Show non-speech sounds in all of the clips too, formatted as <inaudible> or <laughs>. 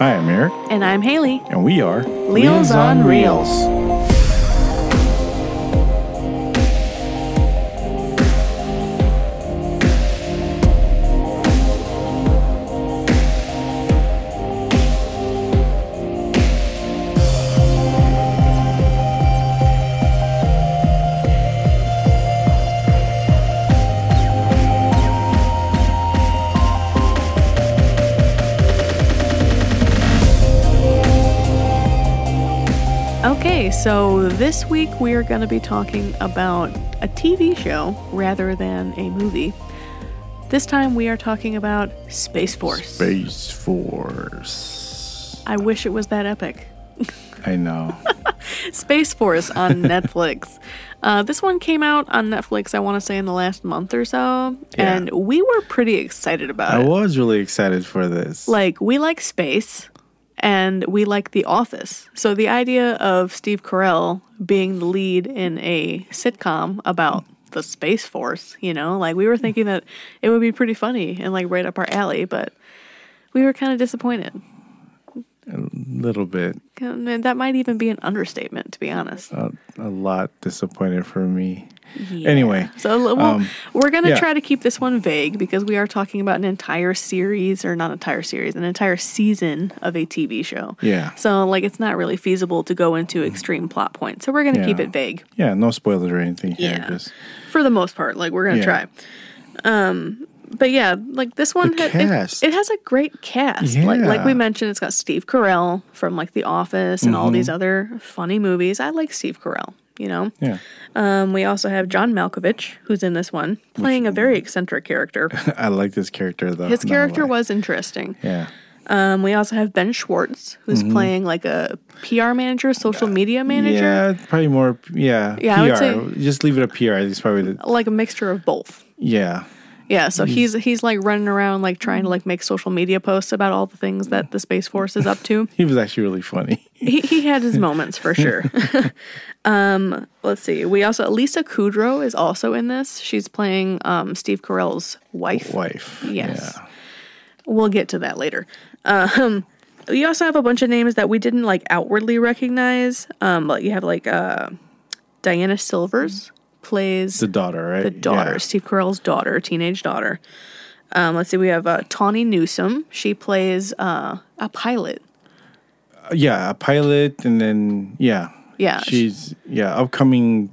I am Eric, And I'm Haley. and we are Reels on Reels. Okay, so this week we are going to be talking about a TV show rather than a movie. This time we are talking about Space Force. Space Force. I wish it was that epic. I know. Space <laughs> Force on Netflix. Uh, this one came out on Netflix, I want to say, in the last month or so, Yeah. and we were pretty excited about I <laughs> it. was really excited for this. Like, we like space and we like The Office. So, the idea of Steve Carell being the lead in a sitcom about the Space Force, you know, like we were thinking that it would be pretty funny and like right up our alley, but we were kind of disappointed. little bit, And that might even be an understatement, to be honest. a, a lot disappointed for me. Anyway, So l- well, we're going to Um, yeah. try to keep this one vague because we are talking about an entire series, or not entire series, an entire season of a TV show. Yeah. Mm-hmm. So like, it's not really feasible to go into extreme plot points. So we're going to keep Yeah. it vague yeah, no spoilers or anything here. Yeah. Just for the most part. Like we're going to Yeah. try. Um, but yeah, like this one, The had- it- cast. It, has a great cast. Like like Yeah. we mentioned, it's got Steve Carell from like The Office and all these Mm-hmm. other funny movies. I like Steve Carell. You know, yeah, <laughs> um, we also have John Malkovich, who's in this one, playing a very eccentric character. I like this character though. His not character a lot. was interesting. yeah, Um, we also have Ben Schwartz, who's playing like a PR manager, social media manager, yeah, probably more. Yeah, Yeah, I would Oh. PR. Just leave it a PR. It's probably the, like a mixture of both. yeah. Yeah, so he's he's like running around like trying to like make social media posts about all the things that the space force is up to. He was actually really funny. <laughs> he, he had his moments for sure. <laughs> um, let's see. We also Lisa Kudrow is also in this. She's playing um, Steve Carell's wife. Wife. Yes. We'll get to that later. Um, you also have a bunch of names that we didn't like outwardly recognize. Um, like you have like uh, Diana Silvers plays The the, daughter, right? daughter, Steve Carell's daughter, teenage daughter. Um, let's see, we have uh, Tawny Newsom. She plays uh, a pilot. Yeah. Uh, yeah, a pilot, and then yeah, Yeah, she's yeah, upcoming.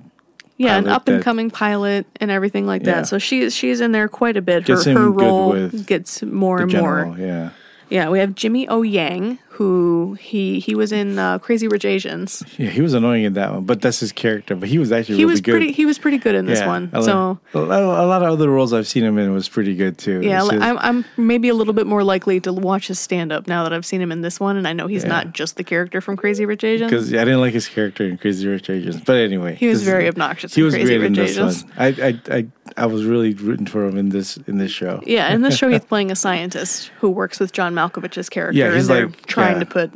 Yeah, an pilot up and that- coming pilot and everything like Yeah. that. So she's she's in there quite a bit. Gets Her, in her good role with gets more and more. General, yeah, Yeah, we have Jimmy O Yang, who he he was in uh, Crazy Rich Asians. yeah, he was annoying in that one, but that's his character. But he was actually He really was good. pretty he was pretty good in this Yeah, one. I like- So a lot, a lot of other roles I've seen him in was pretty good too. yeah, It's just- I'm I'm maybe a little bit more likely to watch his stand up now that I've seen him in this one, and I know he's Yeah. not just the character from Crazy Rich Asians. Because I didn't like his character in Crazy Rich Asians, but anyway, He was this- very obnoxious He in was Crazy great in Rich this Asians. one. I, I, I, I was really rooting for him in this in this show. Yeah, in <laughs> this show, he's playing a scientist who works with John Malkovich's character, Yeah, and he's they're like- yeah. trying to put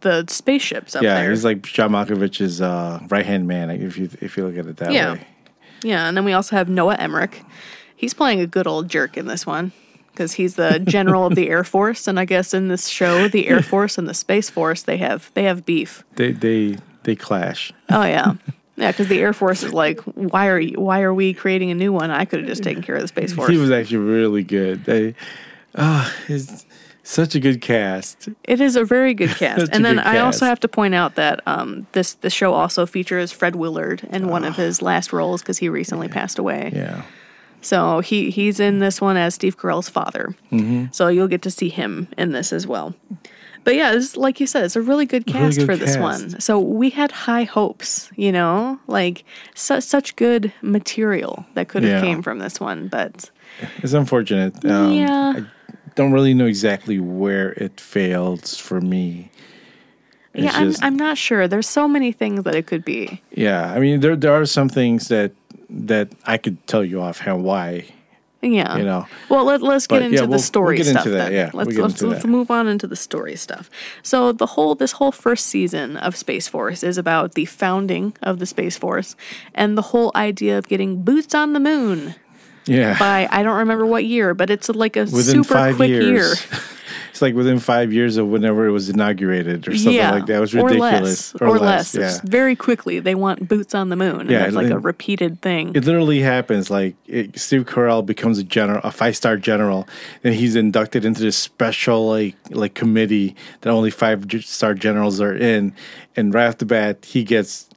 the spaceships up Yeah, there. he's like John Malkovich's uh, right hand man. like, If you if you look at it that Yeah. way, Yeah, and then we also have Noah Emmerich. He's playing a good old jerk in this one because he's the general of <laughs> the Air Force, and I guess in this show, the Air Force and the Space Force they have they have beef. they they they clash. Oh yeah. Yeah, because the Air Force is like, why are you, why are we creating a new one? I could have just taken care of the Space Force. He was actually really good. They, ah, it's such a good cast. It is a <laughs> very good cast. Such and a then good I also cast. have to point out that um, this the show also features Fred Willard in one of his last roles because he recently passed away. Ah. Yeah, So he he's in this one as Steve Carell's father. Mm-hmm. So you'll get to see him in this as well. But yeah, this, like you said, it's a really good cast good for this cast. one. So we had high hopes, you know, like su- such good material that could have Yeah. came from this one. But it's unfortunate. Um, yeah, I don't really know exactly where it fails for me. It's yeah, just- I'm I'm not sure. There's so many things that it could be. yeah. I mean, there there are some things that that I could tell you offhand why. Yeah. You know. Well, let, let's get But, yeah, into the we'll- we'll story get stuff into that, then. yeah, we'll Let's get let's, into let's that. move on into the story stuff. So the whole this whole first season of Space Force is about the founding of the Space Force and the whole idea of getting boots on the moon Yeah, by I don't remember what year, but it's like a within super five quick years. <laughs> year. It's like within five years of whenever it was inaugurated or something like that. It was ridiculous. Or less. Or, less. It's Yeah. very quickly. They want boots on the moon. Yeah, and it's like a and- repeated thing. It literally happens. Like it, Steve Carell becomes a general, a five star general, and he's inducted into this special like like committee that only five ge- star generals are in. And right off the bat, he gets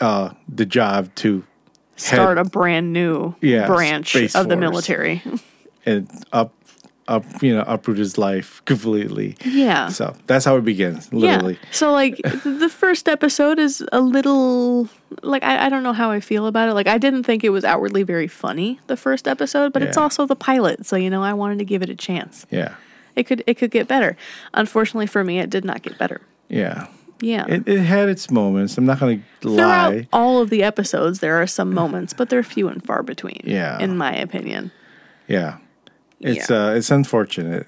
uh, the job to Start head a brand new Yeah, branch of Space the Force. military. and up up you know uproot his life completely. yeah. So that's how it begins. Literally, Yeah. So like <laughs> the first episode is a little like I, I don't know how I feel about it. Like I didn't think it was outwardly very funny the first episode, but it's Yeah. also the pilot, so you know I wanted to give it a chance. yeah, It could it could get better. Unfortunately for me, it did not get better. yeah. Yeah. It, it had its moments. I'm not going to Throughout lie. all of the episodes, there are some moments, but they're few and far between. Yeah. in my opinion. Yeah, it's Yeah. uh, it's unfortunate.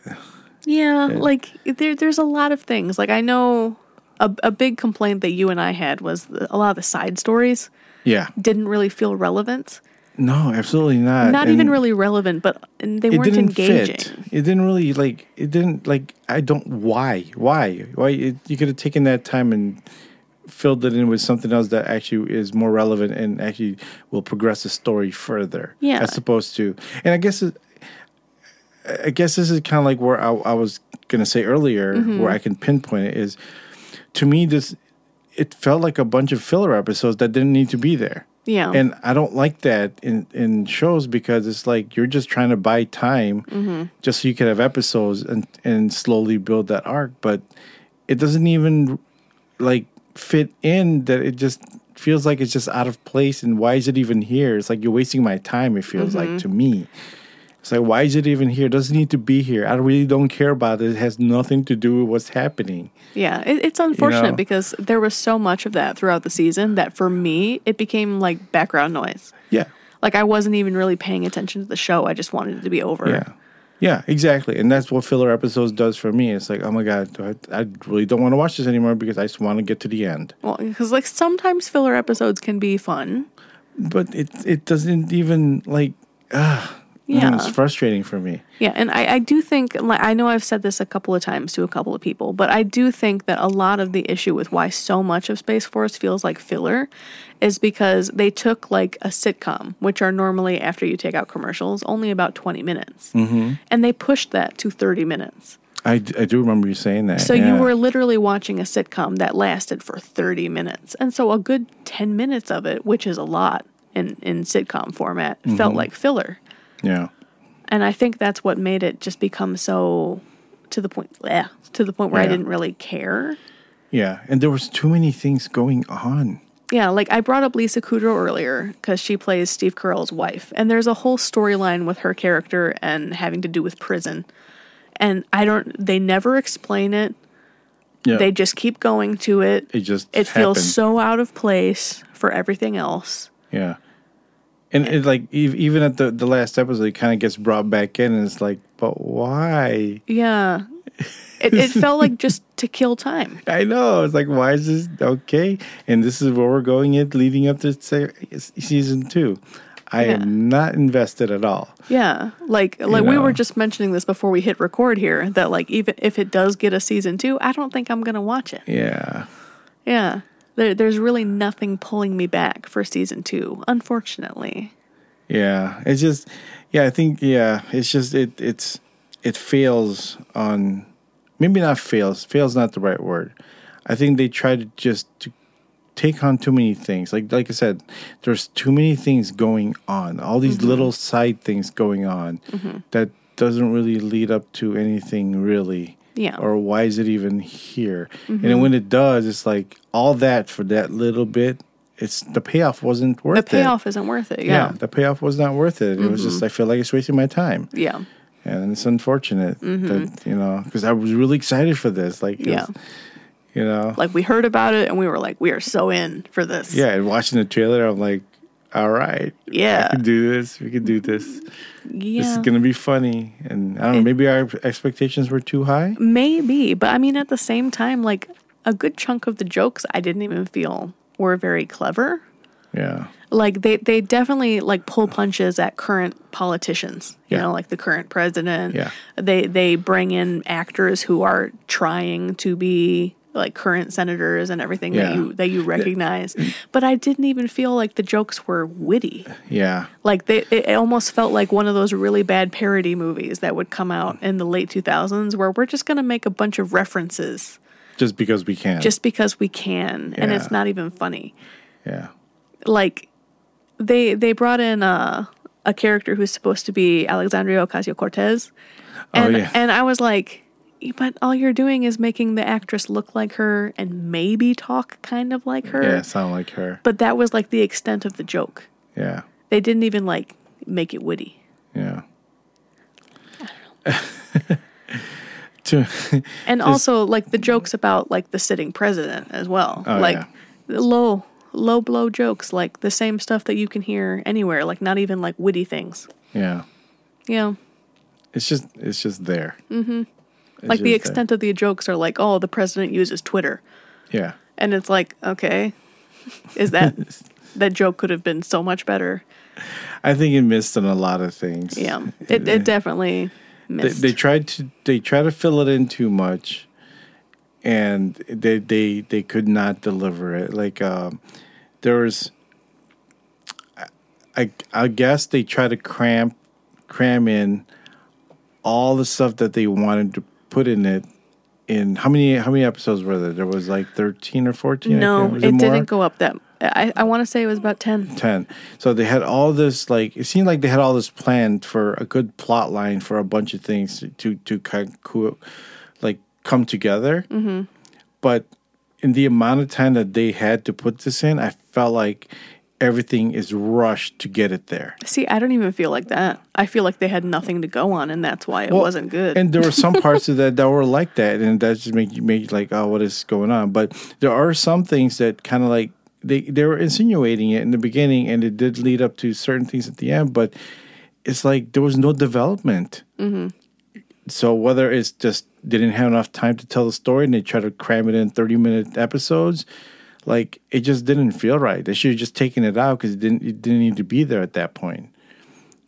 Yeah, like there, there's a lot of things. Like I know a, a big complaint that you and I had was the, a lot of the side stories Yeah, didn't really feel relevant. no, absolutely not. Not even Uh, And- really relevant, but and they it weren't didn't engaging. fit. It didn't really like. It didn't like. I don't. Why? Why? Why? It, you could have taken that time and filled it in with something else that actually is more relevant and actually will progress the story further. Yeah. as opposed to. And I guess. It, I guess this is kind of like where I, I was gonna say earlier, Mm-hmm. where I can pinpoint it is. To me, this it felt like a bunch of filler episodes that didn't need to be there. Yeah. And I don't like that in, in shows because it's like you're just trying to buy time just so you can have episodes and, and slowly build that arc. But it doesn't even like fit in that it just feels like it's just out of place. And why is it even here? It's like you're wasting my time, it feels like to me. It's like, why is it even here? It doesn't need to be here. I really don't care about it. It has nothing to do with what's happening. Yeah, it, it's unfortunate know? because there was so much of that throughout the season that for me it became like background noise. Yeah. Like I wasn't even really paying attention to the show. I just wanted it to be over. Yeah. Yeah, exactly. And that's what filler episodes does for me. It's like, oh my God, do I, I really don't want to watch this anymore because I just want to get to the end. Well, because like sometimes filler episodes can be fun. But it it doesn't even like Yeah. it's frustrating for me. Yeah, and I, I do think like I know I've said this a couple of times to a couple of people, but I do think that a lot of the issue with why so much of Space Force feels like filler is because they took like a sitcom, which are normally after you take out commercials, only about twenty minutes, mm-hmm. and they pushed that to thirty minutes. I, d- I do remember you saying that. So yeah. you were literally watching a sitcom that lasted for 30 minutes. And so a good 10 minutes of it, which is a lot in, in sitcom format, felt like filler. Yeah. And I think that's what made it just become so to the point bleh, to the point where I Yeah. didn't really care. Yeah. And there was too many things going on. Yeah, like I brought up Lisa Kudrow earlier because she plays Steve Carell's wife, and there's a whole storyline with her character and having to do with prison. And I don't, they never explain it. Yeah. They just keep going to it. it just happened. it feels so out of place for everything else. Yeah. And it like ev- even at the, the last episode, it kind of gets brought back in, and it's like, but why? Yeah. It, it felt like just to kill time. I know. It's like, why is this okay? And this is where we're going it leading up to se- season two. I Yeah. am not invested at all. Yeah. Like like we know. were just mentioning this before we hit record here that like even if it does get a season 2, I don't think I'm going to watch it. Yeah. Yeah. There, there's really nothing pulling me back for season 2, unfortunately. Yeah. It's just, yeah, I think, yeah, it's just, it, it's, it fails on, maybe not fails, fails not the right word. I think they try to just to take on too many things. Like, like I said, there's too many things going on, all these Mm-hmm. little side things going on that doesn't really lead up to anything really. Yeah. Mm-hmm. Or why is it even here? And then when it does, it's like all that for that little bit. It's the payoff wasn't worth The it payoff isn't worth it. yeah. Yeah. Mm-hmm. the payoff was not worth it. It was just I feel like it's wasting my time, Yeah. and it's unfortunate that you know because I was really excited for this. Like, it Mm-hmm. Yeah. was- you know, Like we heard about it and we were like we are so in for this. yeah. And watching the trailer, I'm like, all right, Yeah. we can do this. We can do this. This is Yeah. gonna be funny, and I don't know. Maybe our expectations were too high. Maybe, but I mean, at the same time, like a good chunk of the jokes I didn't even feel were very clever. Yeah. like they they definitely like pull punches at current politicians you Yeah. know like the current president Yeah. they they bring in actors who are trying to be like current senators and everything Yeah. that you that you recognize but i didn't even feel like the jokes were witty Yeah. like they it almost felt like one of those really bad parody movies that would come out in the late 2000s where we're just going to make a bunch of references Just because we can. just because we can and Yeah. it's not even funny yeah. like they they brought in a a character who's supposed to be Alexandria Ocasio Cortez, and Oh, yeah. and I was like, but all you're doing is making the actress look like her and maybe talk kind of like her. Yeah. Sound like her. But that was like the extent of the joke. Yeah. They didn't even like make it witty. Yeah. <laughs> to <laughs> And also like the jokes about like the sitting president as well. Oh, like yeah. the low low blow jokes, like the same stuff that you can hear anywhere, like not even like witty things. yeah. You know? It's just it's just there. Mm-hmm. like the extent of the jokes are like, oh, the president uses Twitter, Yeah. and it's like, okay, <laughs> is that that joke could have been so much better? I think it missed on a lot of things. Yeah, it it definitely They, missed. they tried to they tried to fill it in too much, and they they they could not deliver it. Like um, there was, I I guess they tried to cram cram in all the stuff that they wanted to put in it. In how many how many episodes were there? There was like thirteen or fourteen. I can't- no, was it more? didn't go up that. I I want to say it was about ten. 10. So they had all this, like, it seemed like they had all this planned for a good plot line for a bunch of things to, to, to kind of co- like come together. Mm-hmm. But in the amount of time that they had to put this in, I felt like everything is rushed to get it there. See, I don't even feel like that. I feel like they had nothing to go on, and that's why it Well, wasn't good. And there were some parts of that that were like that, and that just make you make you like, oh, what is going on? But there are some things that kind of like they they were insinuating it in the beginning, and it did lead up to certain things at the end. But it's like there was no development. So whether it's just they didn't have enough time to tell the story, and they try to cram it in thirty minute episodes. Like it just didn't feel right. They should have just taken it out because it didn't. It didn't need to be there at that point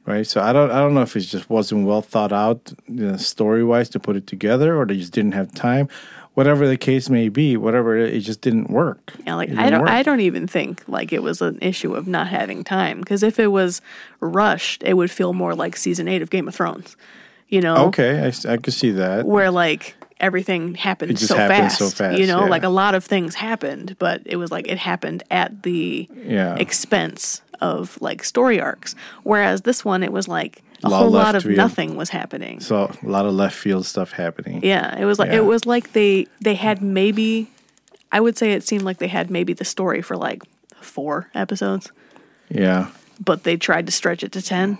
right? So I don't I don't know if it just wasn't well thought out you know, story wise to put it together, or they just didn't have time. Whatever the case may be, whatever it just didn't work. Yeah, like It I didn't don't, work. I don't even think like it was an issue of not having time because if it was rushed, it would feel more like season eight of Game of Thrones, you know, okay, I, s- I could see that. where like everything happened just so happened fast, so fast, you know, yeah. like a lot of things happened, but it was like it happened at the Yeah, expense of like story arcs, whereas this one it was like a Lot whole lot left of to you. nothing was happening. so a lot of left field stuff happening. Yeah, it was like Yeah. it was like they they had maybe I would say it seemed like they had maybe the story for like four episodes, yeah, but they tried to stretch it to 10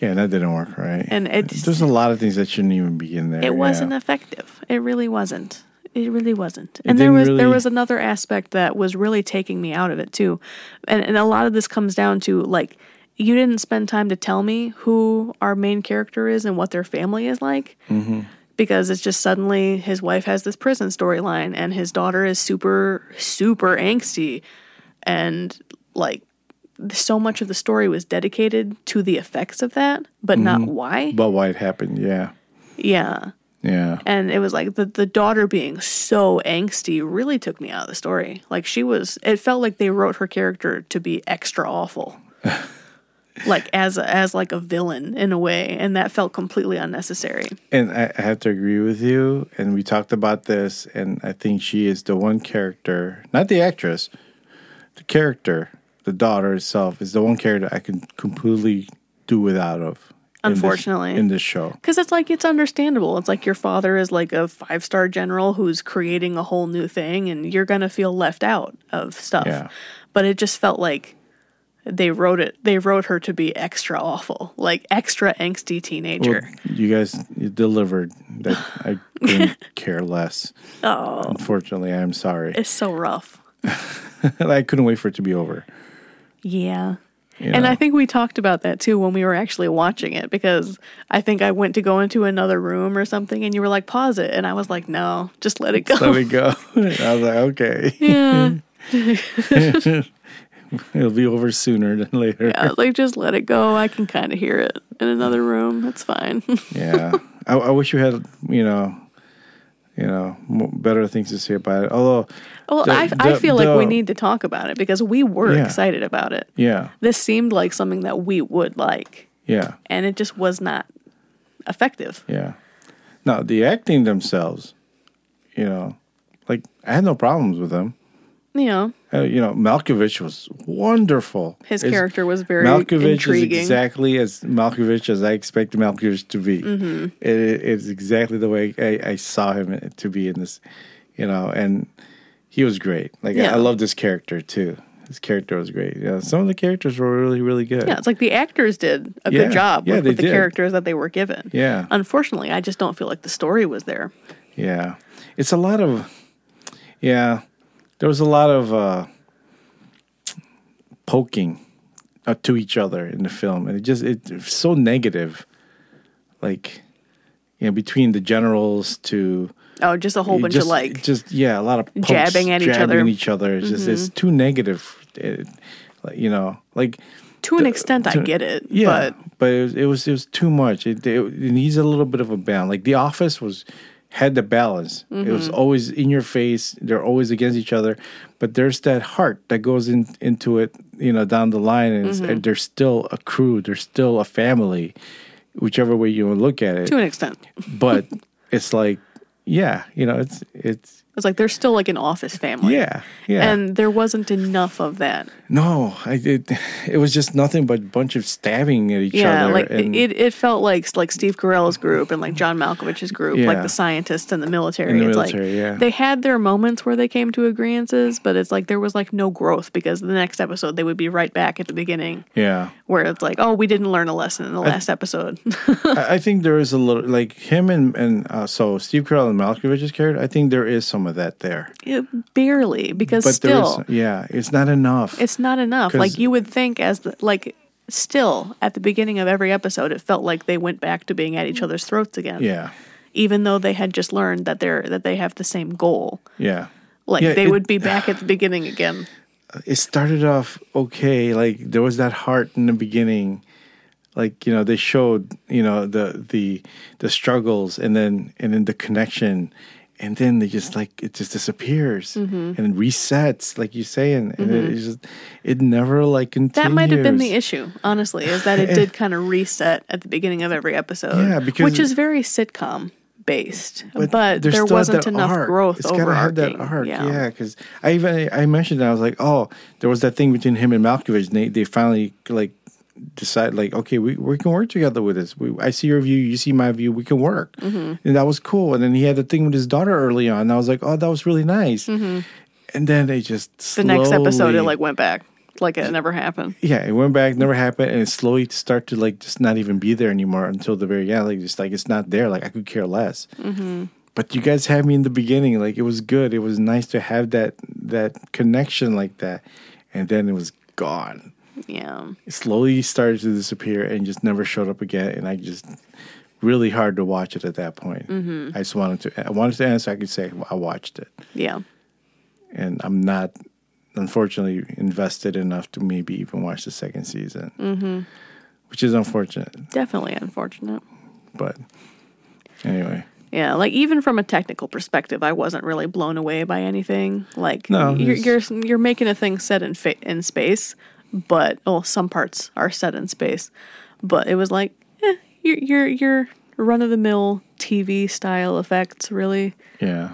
Yeah, that didn't work right. and it there's a lot of things that shouldn't even be in there. it wasn't yeah. effective. It really wasn't. It really wasn't. And there didn't was there really- was another aspect that was really taking me out of it too. And and a lot of this comes down to like you didn't spend time to tell me who our main character is and what their family is like. Mm-hmm. Because it's just suddenly his wife has this prison storyline and his daughter is super super angsty and like so much of the story was dedicated to the effects of that, but not Mm-hmm. why. But why it happened? Yeah, Yeah yeah, and it was like the, the daughter being so angsty really took me out of the story like she was it felt like they wrote her character to be extra <laughs> awful like as a, as like a villain in a way and that felt completely unnecessary and I, I have to agree with you. And we talked about this, and I think she is the one character, not the actress, the character, the daughter herself is the one character I can completely do without of. in this- Unfortunately. in this show, because it's like it's understandable it's like your father is like a five star general who's creating a whole new thing and you're gonna feel left out of stuff Yeah. but it just felt like they wrote it they wrote her to be extra awful like extra angsty teenager Well, you guys you delivered that I couldn't <laughs> care less. Oh, unfortunately, I'm sorry. It's so rough. <laughs> I couldn't wait for it to be over. Yeah. you And know? I think we talked about that too when we were actually watching it because I think I went to go into another room or something and you were like, pause it. And I was like, no, <laughs> just let it go. let me go. And I was like, okay. yeah. <laughs> It'll be over sooner than later. <laughs> I was like, just let it go. I can kind of hear it in another room. It's fine. <laughs> yeah I, I wish we had you know you know mo- better things to say about it although well, The- I, I the- feel like we the- need to talk about it because we were Yeah. excited about it. yeah This seemed like something that we would like, yeah and it just was not effective. yeah now the acting themselves you know like i had no problems with them You know, uh, you know malkovich was wonderful his It's- character was very malkovich intriguing. is exactly as malkovich as i expected malkovich to be Mm-hmm. It- it's exactly the way I, I saw him to be in this you know and he was great like Yeah. I, I love this character too his character was great yeah some of the characters were really really good yeah, it's like the actors did a Yeah, good job yeah, with, they with the did. characters that they were given. Yeah. Unfortunately, I just don't feel like the story was there. Yeah. It's a lot of yeah. There was a lot of uh poking uh, to each other in the film and it just it, it's so negative. Like you know between the generals to Oh, just a whole bunch just, of like just yeah, a lot of pokes, jabbing at each jabbing other. Mm-hmm. at each other. It's just it's too negative. It, like you know, like to an extent I get it. yeah, But but, it, was, it was it was too much. It, it, it needs a little bit of a balance. Like The Office was had the balance. It was Mm-hmm. always in your face. They're always against each other, but there's that heart that goes in, into it. You know, down the line, and, Mm-hmm. it's, and there's still a crew. There's still a family, whichever way you look at it. to an extent. <laughs> But it's like, yeah, you know, it's it's It's like they're still like an office family. yeah, yeah. And there wasn't enough of that. no, I it, it was just nothing but a bunch of stabbing at each yeah, other. like and, it, it felt like like Steve Carell's group and like John Malkovich's group, Yeah. like the scientists and the military. And the it's military, like yeah. they had their moments where they came to agreements, but it's like there was like no growth because the next episode they would be right back at the beginning yeah. where it's like, oh, we didn't learn a lesson in the last episode. <laughs> I I think there is a little like him and and uh, so Steve Carell and Malkovich's character. I think there is some of that there, It- barely because but there still is yeah, it's not enough. it's not enough. Like 'Cause- you would think as the, like still at the beginning of every episode it felt like they went back to being at each other's throats again. yeah, Even though they had just learned that they're that they have the same goal. yeah. Like Yeah, they it- would be back at the beginning <sighs> again. It started off okay, like there was that heart in the beginning, like you know they showed you know the the the struggles and then and then the connection, and then they just like it just disappears Mm-hmm. and resets, like you say, and, and it just it never like continues. That might have been the issue, honestly, is that <laughs> it did kind of reset at the beginning of every episode. Yeah, because- which is very sitcom based, but, there's there still wasn't that enough arc. growth It's gotta have overarching. that arc, yeah. Because I even I mentioned that I was like, oh, there was that thing between him and Malkovich. And they they finally like decide like, okay, we, we can work together with this. We, I see your view, you see my view, we can work, Mm-hmm. and that was cool. And then he had the thing with his daughter early on. And I was like, oh, that was really nice. And then they just Mm-hmm. The next episode, slowly- it like went back, like it never happened. yeah, it went back, never happened, and it slowly start to like just not even be there anymore until the very end. Like just like it's not there. Like I could care less. But you guys had me in the beginning. Like it was good. It was nice to have that that connection like that, and then it was gone. Yeah, It slowly started to disappear and just never showed up again. And I just really hard to watch it at that point. I just wanted to. I wanted to answer. I could say I watched it, yeah. and I'm not unfortunately invested enough to maybe even watch the second season. Mm-hmm. Which is unfortunate, Definitely unfortunate. but anyway. Yeah, like even from a technical perspective, I wasn't really blown away by anything. Like No, you're, you're it's- you're making a thing set in fa- in space, but well, some parts are set in space, but it was like eh, your your your run of the mill TV style effects really. Yeah.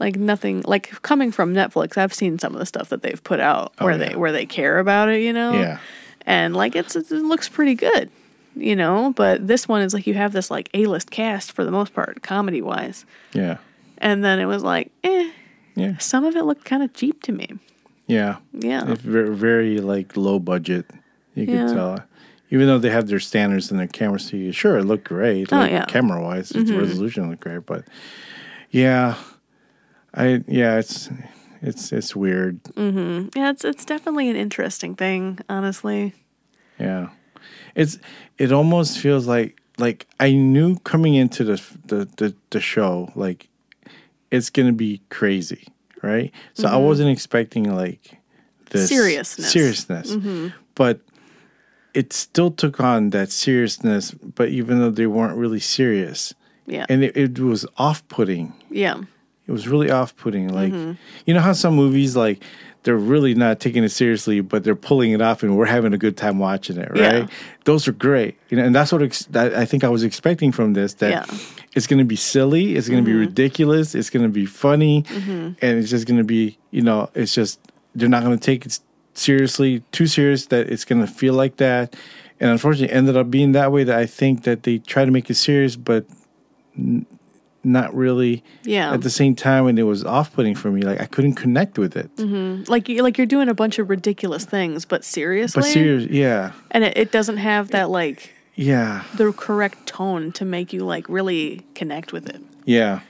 Like nothing like coming from Netflix, I've seen some of the stuff that they've put out where Oh, yeah. they where they care about it, you know. Yeah. and like it's it looks pretty good you know but this one is like you have this like a-list cast for the most part comedy wise Yeah. and then it was like eh Yeah. some of it looked kind of cheap to me Yeah. yeah It's very, very like low budget. You could Yeah. tell. Even though they have their standards and their cameras to you, sure, it looked great. Oh, Like, yeah. Mm-hmm. Camera wise, its resolution looked great, but yeah, I yeah, it's it's it's weird. yeah it's it's definitely an interesting thing honestly Yeah, it's it almost feels like like I knew coming into the the the, the show like it's gonna be crazy, right? So I wasn't expecting like this Mm-hmm. Seriousness. Mm-hmm. seriousness. But it still took on that seriousness, but even though they weren't really serious, Yeah. and it, it was off-putting. yeah. It was really off-putting. Like Mm-hmm. you know how some movies like they're really not taking it seriously, but they're pulling it off, and we're having a good time watching it, right? Yeah. Those are great, you know, and that's what ex- that I think I was expecting from this. That Yeah. Mm-hmm. it's going to be silly, it's going to be ridiculous, it's going to be funny, and it's just going to be, you know, it's just they're not going to take it s- seriously, too serious that it's going to feel like that. And unfortunately, it ended up being that way. That I think that they try to make it serious, but n- not really Yeah. at the same time and it was off-putting for me like i couldn't connect with it Mm-hmm. Like you like you're doing a bunch of ridiculous things, but seriously. but serious yeah and it, it doesn't have that like yeah the correct tone to make you like really connect with it. yeah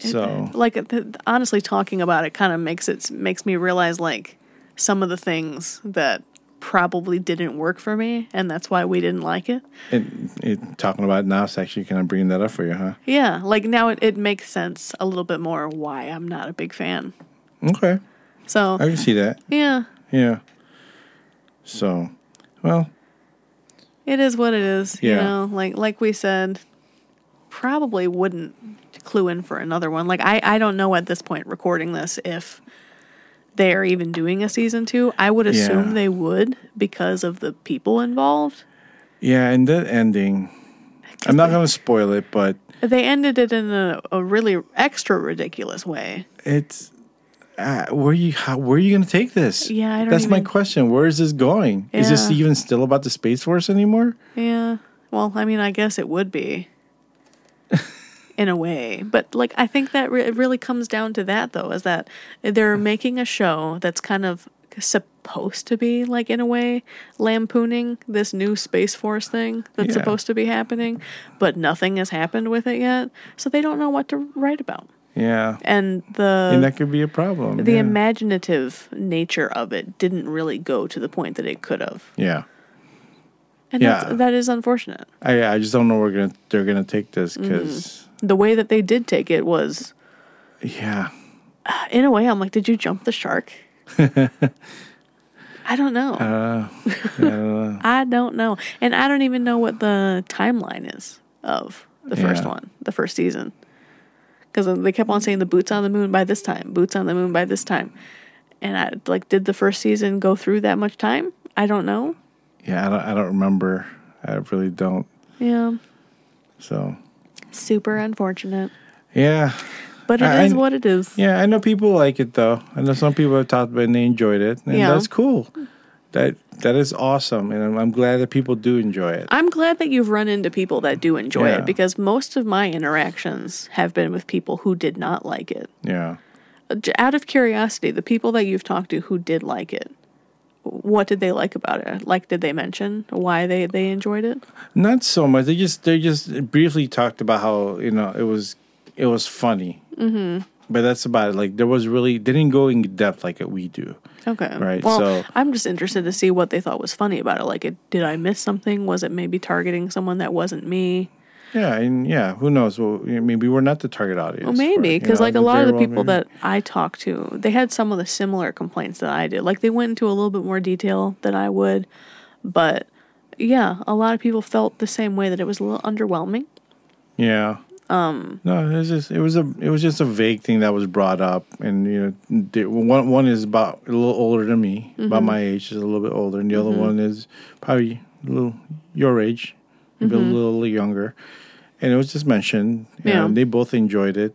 so <laughs> Like th- th- honestly talking about it kind of makes it makes me realize like some of the things that probably didn't work for me and that's why we didn't like it. and it, talking about it now it's actually kind of bringing that up for you huh Yeah, like now it, it makes sense a little bit more why I'm not a big fan. okay So i can see that yeah, yeah so well it is what it is. You Yeah. know, like like we said, probably wouldn't clue in for another one. Like I I don't know at this point recording this if they are even doing a season two. I would assume Yeah. they would because of the people involved. yeah and that ending i'm not gonna spoil it but They ended it in a, a really extra ridiculous way. it's uh, where you how, where are you gonna take this Yeah, I don't that's my even- question where is this going is this Yeah. even still about the space force anymore Yeah. Well, I mean, I guess it would be. In a way, but like I think that re- it really comes down to that though, is that they're making a show that's kind of supposed to be like in a way lampooning this new space force thing that's Yeah. supposed to be happening, but nothing has happened with it yet, so they don't know what to write about. yeah And the and that could be a problem the yeah. imaginative nature of it didn't really go to the point that it could have, yeah and Yeah. that's, that is unfortunate. I I just don't know where gonna they're gonna take this Mm-hmm. because the way that they did take it was yeah in a way i'm like did you jump the shark <laughs> i don't know Uh, <laughs> i don't know and i don't even know what the timeline is of the first Yeah. one the first season because they kept on saying the boots on the moon by this time boots on the moon by this time and i like did the first season go through that much time i don't know yeah I don't I don't remember I really don't yeah so super unfortunate yeah but it is I- I- what it is yeah I know people like it though I know some people have talked about it and they enjoyed it and Yeah. that's cool that that is awesome and I'm, I'm glad that people do enjoy it I'm glad that you've run into people that do enjoy Yeah. it because most of my interactions have been with people who did not like it. yeah Uh, j- Out of curiosity, the people that you've talked to who did like it, what did they like about it? Like, did they mention why they, they enjoyed it? not so much they just they just briefly talked about how you know it was it was funny mm-hmm. but that's about it like there was really they didn't go in depth like we do Okay. Right, Well, so- I'm just interested to see what they thought was funny about it. Like, it, did I miss something? Was it maybe targeting someone that wasn't me? Yeah, and yeah, who knows? Well, I mean, we were not the target audience. Well, maybe because like a lot of the people that that I talked to, they had some of the similar complaints that I did. Like they went into a little bit more detail than I would, but yeah, a lot of people felt the same way that it was a little underwhelming. yeah. Um. No, it was just it was a it was just a vague thing that was brought up, and you know, the- one one is about a little older than me, about Mm-hmm. my age, is a little bit older, and the other one is probably a little your age, maybe a little younger, and it was just mentioned. you know, Mm-hmm. Yeah. and they both enjoyed it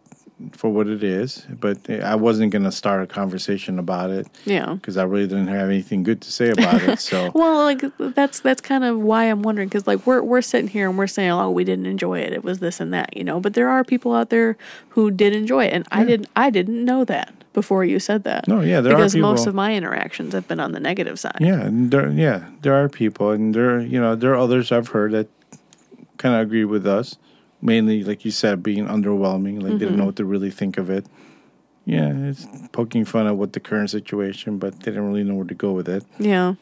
for what it is, but I wasn't gonna start a conversation about it Yeah. because I really didn't have anything good to say about it. <laughs> So Well, like that's that's kind of why I'm wondering because like we're we're sitting here and we're saying oh we didn't enjoy it it was this and that you know but there are people out there who did enjoy it and I didn't I didn't know that before you said that No, yeah, there are because most people- of my interactions have been on the negative side Yeah, and there, yeah, there are people, and there, you know, there are others I've heard that kind of agree with us. Mainly, like you said, being underwhelming, like they didn't know what to really think of it. Yeah, it's poking fun at what the current situation, but they didn't really know where to go with it, yeah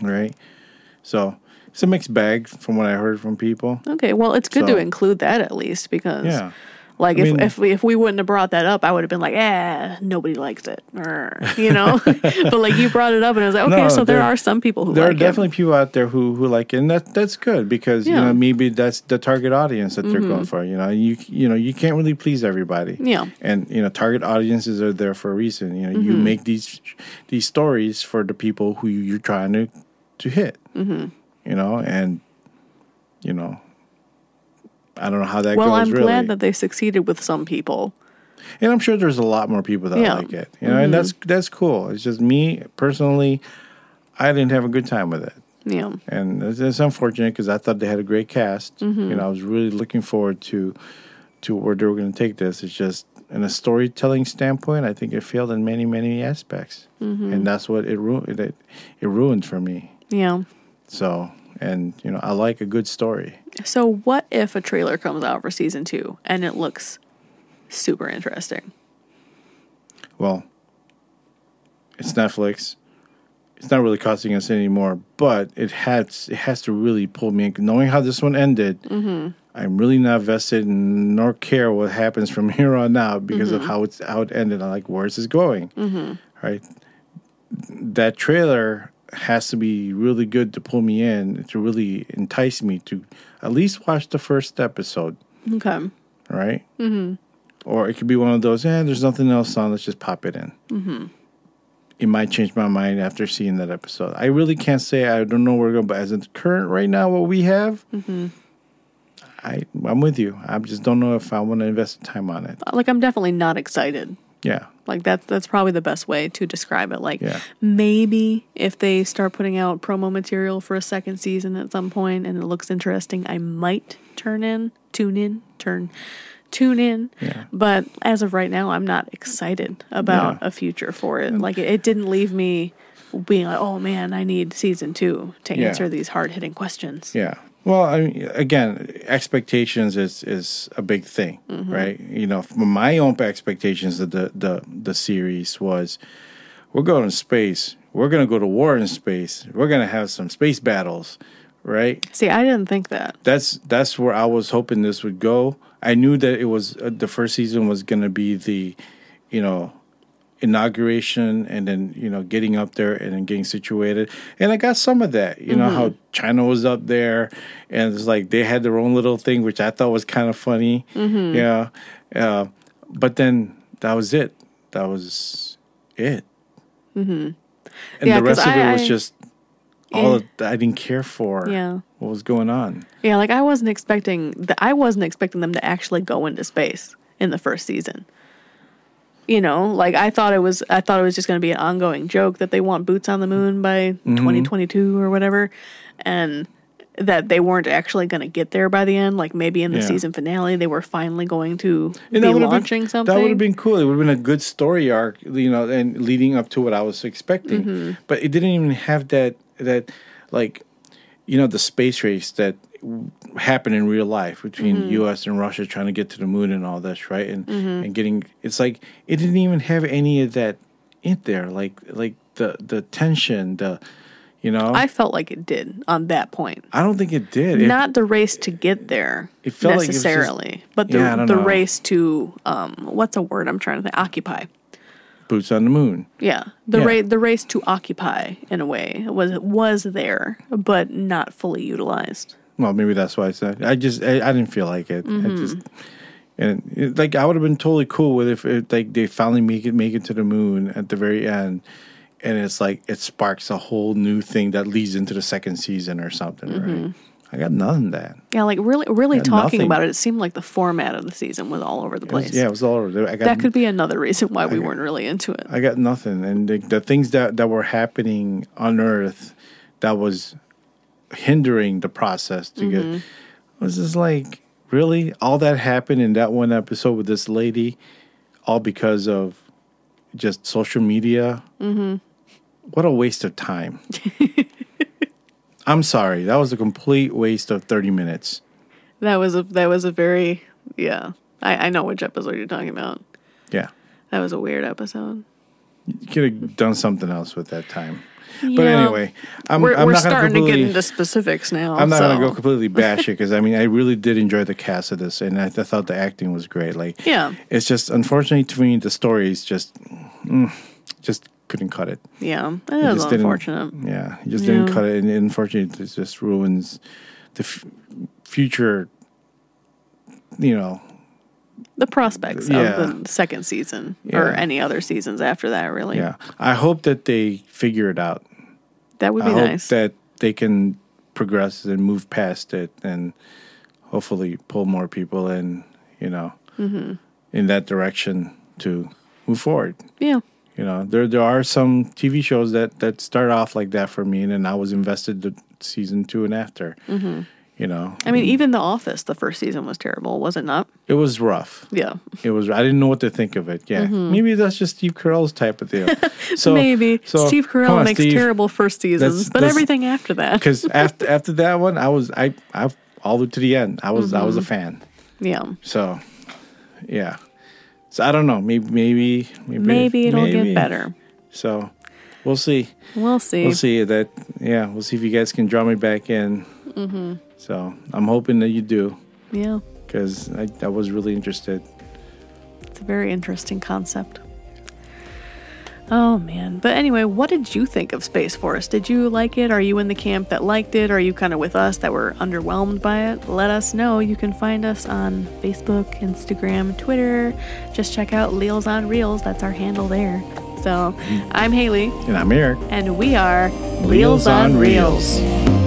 right? So it's a mixed bag from what I heard from people. Okay, well, it's good So- to include that at least because, Yeah, Like I if, mean- if we if we wouldn't have brought that up, I would have been like, eh, nobody likes it, Err, you <laughs> know. but like you brought it up, and I was like, okay, No, so there, there- are some people who there are like it. definitely people out there who who like it, and that that's good because you Yeah. Mm-hmm. know maybe that's the target audience that they're going for. You know, you you know you can't really please everybody. Yeah. Mm-hmm. and you know target audiences are there for a reason. You know, you make these these stories for the people who you- you're trying to to hit. Mm-hmm. You know, and you know, I don't know how that Well, goes. I'm really. glad that they succeeded with some people. And I'm sure there's a lot more people that Yeah. Mm-hmm. like it. You know, and that's that's cool. It's just me personally, I didn't have a good time with it. Yeah. And it's, it's unfortunate because I thought they had a great cast. You know, I was really looking forward to to where they were going to take this. It's just, in a storytelling standpoint, I think it failed in many, many aspects, and that's what it ruined. It, it ruined for me. Yeah. So, and you know, I like a good story. So what if a trailer comes out for season 2 and it looks super interesting? Well, it's Netflix. It's not really costing us anymore, but it has it has to really pull me in. Knowing how this one ended, I'm really not vested in, nor care what happens from <laughs> here on out because of how it's how it ended. I'm like, where is this going? Right? That trailer has to be really good to pull me in to really entice me to at least watch the first episode Okay. right? Mm-hmm. Or it could be one of those, eh, there's nothing else on, let's just pop it in. Mm-hmm. It might change my mind after seeing that episode. I really can't say I don't know where we're going, but as in current right now, what we have, I, I'm with you. I just don't know if I want to invest time on it. Like I'm definitely not excited. Yeah. Like that's that's probably the best way to describe it. Like Yeah. maybe if they start putting out promo material for a second season at some point and it looks interesting, I might turn in, tune in, turn tune in. Yeah. But as of right now, I'm not excited about Yeah. a future for it. Like it, it didn't leave me being like, "Oh man, I need season 2 to Yeah. answer these hard-hitting questions." Yeah. Well, I mean, again, expectations is is a big thing, right? You know, from my own expectations of the the the series was, we're going to space, we're going to go to war in space, we're going to have some space battles, right? See, I didn't think that. That's that's where I was hoping this would go. I knew that it was uh, the first season was going to be the, you know, inauguration and then you know getting up there and then getting situated and i got some of that you know how Mm-hmm. china was up there and it's like they had their own little thing which i thought was kind of funny Mm-hmm. yeah uh, but then that was it that was it mm-hmm. and Yeah, the 'cause rest of I- it was I- just all Yeah. of that i didn't care for Yeah. what was going on Yeah, like I wasn't expecting the, I wasn't expecting them to actually go into space in the first season. You know, like I thought it was I thought it was just going to be an ongoing joke that they want boots on the moon by Mm-hmm. 2022 or whatever and that they weren't actually going to get there by the end, like maybe in the Yeah. season finale they were finally going to And be that would've been- launching something. That would have been cool. It would have been a good story arc, you know, and leading up to what I was expecting. Mm-hmm. But it didn't even have that that like you know the space race that w- happened in real life between Mm-hmm. U.S. and Russia trying to get to the moon and all this, right? And and getting it's like it didn't even have any of that in there, like like the the tension, the you know. I I, felt like it did on that point. don't think it did. It- not the race to get there It felt like it was just- necessarily, but the, Yeah, I don't the know. race to um, what's a word I'm trying to think? Occupy. boots on the moon. Yeah, the Yeah. race the race to occupy in a way was was there, but not fully utilized. Well, maybe that's why I said I just I, I didn't feel like it. I just and it, like I would have been totally cool with if it, like they finally make it make it to the moon at the very end, and it's like it sparks a whole new thing that leads into the second season or something. Right? I got nothing of that. Yeah, like really, really Yeah, talking nothing. about it, it seemed like the format of the season was all over the It was- place. yeah, it was all over. there. I got that could be another reason why we weren't really into it. I got nothing, and the, the things that that were happening on Earth that was hindering the process to Mm-hmm. get was just like really all that happened in that one episode with this lady, all because of just social media. Mm-hmm. What a waste of time! I'm sorry, that was a complete waste of thirty minutes. That was a that was a very yeah. I, I know which episode you're talking about. Yeah, That was a weird episode. you could have done something else with that time. But Yeah. anyway, I'm, we're I'm we're not gonna starting to get completely- into specifics now. I'm not so- gonna go completely bash it because I mean I really did enjoy the cast of this, and I, I thought the acting was great. Like, Yeah. it's just unfortunately to me the stories just, mm, just couldn't cut it. Yeah, It that is just didn't- unfortunate. Yeah, he just Yeah. didn't cut it, and unfortunately, it just ruins the f- future. You know, The prospects Yeah. of the second season or Yeah. any other seasons after that, really. yeah. I hope that they figure it out. That would be I hope nice. that they can progress and move past it, and hopefully pull more people in. You know, Mm-hmm. in that direction to move forward. yeah. You know, there there are some TV shows that that start off like that for me, and then I was invested the season two and after. Mm-hmm. You know, I mean, even The Office, the first season was terrible, was it not? it was rough. Yeah. It was. I didn't know what to think of it. Yeah, maybe that's just Steve Carell's type of <laughs> deal. So Mm-hmm. Maybe. Steve Carell makes terrible first seasons, Let's- but let's- everything after that. <laughs> Because after after that one, I was I I all the way to the end. I was I Mm-hmm. was a fan. Yeah. So yeah. So I don't know. Maybe maybe maybe, Maybe it'll maybe. get better. So we'll see. We'll see. We'll see that. Yeah, we'll see if you guys can draw me back in. Mm-hmm. So I'm hoping that you do Yeah. because I, I was really interested. It's a very interesting concept. Oh man. But anyway, what did you think of Space Force? Did you like it? Are you in the camp that liked it? Are you kind of with us that were underwhelmed by it? Let us know. You can find us on Facebook, Instagram, Twitter. Just check out Leels on Reels. That's our handle there. So I'm Haley, And I'm Eric. and we are Reels on Reels. Reels.